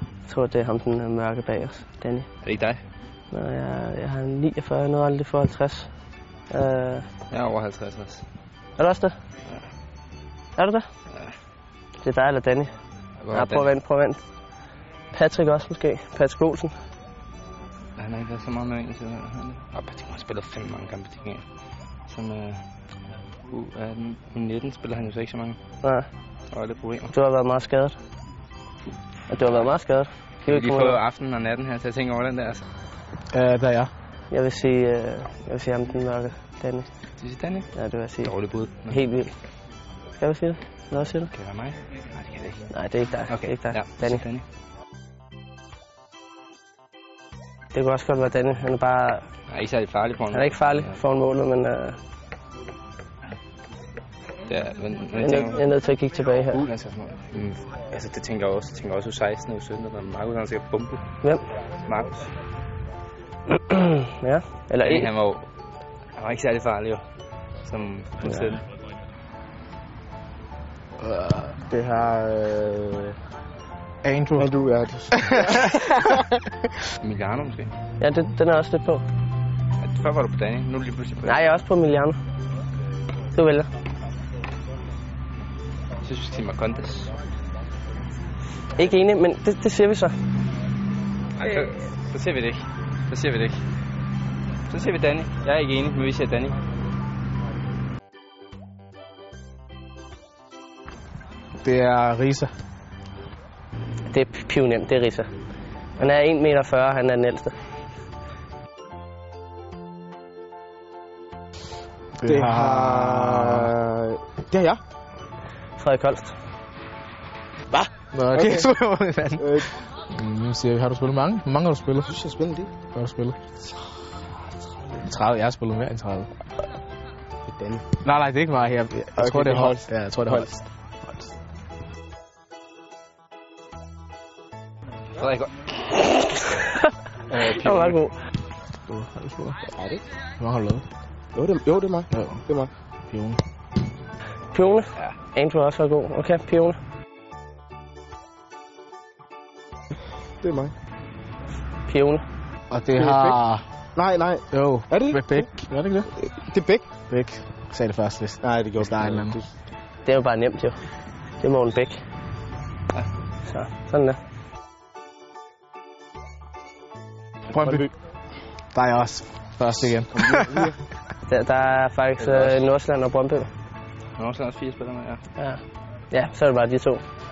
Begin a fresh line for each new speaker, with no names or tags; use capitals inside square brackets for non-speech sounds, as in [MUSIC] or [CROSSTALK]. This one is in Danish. Jeg tror, det er ham, den er mørke bag os, Danny.
Er det ikke dig?
Nå, jeg, jeg har en 49, jeg nåede aldrig for 50. Øh,
Jeg er over 50 også.
er du også det? Er du det? Det er dig eller Danny. Ja, prøv at vente, prøv at vente. Patrick også måske. Patrick Olsen.
Han har ikke været så meget med egentlig. Han har Patrick har spillet fandme mange kampe til gengæld. Som øh, U18, U19 spiller han jo så ikke så mange.
Nej,
Der var lidt problemer.
du har været meget skadet. Og du har været meget skadet. Det er jo
Vi
ikke
får
noget.
aftenen og natten her til at tænke over den der. Altså.
Øh, hvad er jeg?
Jeg vil sige, øh, jeg vil sige ham den mørke, Danny.
Du siger Danny?
Ja, det vil jeg sige.
Dårligt bud. Nå,
Helt vildt. Skal vi sige det? Hvad siger du?
Kan det være mig? Nej, det kan det ikke.
Nej, det er ikke dig. Det er ikke dig.
ja,
Danny.
Danny. Danny.
Det kunne også godt være Danny. Han er bare...
Nej, ikke særlig farlig på ham.
Han er ikke farlig
Ja,
foran målet, men øh,
det er, men,
jeg, er
men jeg
nødt,
tænker,
jeg er nødt til at kigge tilbage her.
U-landsholdsmål. Mm. Altså, det tænker jeg også. Jeg tænker også U16 og U17, og Markus han skal bombe.
Hvem? [CLEARS THROAT]
Markus.
ja. Eller
Danny,
en.
han var jo... Han var ikke særlig farlig, jo. Som han
Ja.
selv.
Det har... Øh... Andrew. Andrew,
[LAUGHS]
ja.
Milano måske.
Ja, det, den er også lidt på.
Altså, Før var du på Danny, nu er du lige pludselig på
Nej, jeg er også på Miliano. Du vælger.
Jeg synes, Tim er Contes.
Ikke enig, men det, det siger vi så.
Nej, så, så ser vi det ikke. Så ser vi det ikke. Så ser vi Danny. Jeg er ikke enig, men vi ser Danny.
Det er Risa.
Det er pivnemt, det er Risa. Han er 1,40 meter, han er den ældste.
Det, det har... Det har jeg.
Frederik Holst.
Nå, okay. [LAUGHS] Jeg tror, jeg var en anden. Mm, nu siger vi, har du spillet mange? Hvor mange har du spillet?
synes, Øh. jeg er spændende det.
Hvad har du spillet? 30. Jeg har spillet mere end 30.
Danny.
Nej, nej, det er ikke mig her. Jeg, jeg
Okay,
tror, det
det
er
er
Holst. Ja, jeg tror, det er Holst.
Frederik,
Han var ret god.
Har du spillet?
Er det ikke?
Hvor mange har du lavet?
Jo, det, jo, det er mig.
Jo,
Det er mig.
Pione.
Pione?
Ja.
Andrew er også var god. Okay, Pione.
Det er mig.
Pione.
Og det
er
har...
Nej, nej.
Jo,
Er det
med Bæk. Er det ikke det?
Det er Bæk.
Bæk. Sagde det først lidt.
Nej, det gjorde
Hvis der er et eller andet.
Det,
Det er jo bare nemt, jo. Det er Morten Bæk.
Ja.
Så, sådan der.
Brøndby. Der er jeg også først igen.
Der, der er faktisk
Det er godt.
øh, Nordsjælland og Brøndby.
Nordsjælland også fire spillere med, ja.
Ja. ja, så er det bare de to.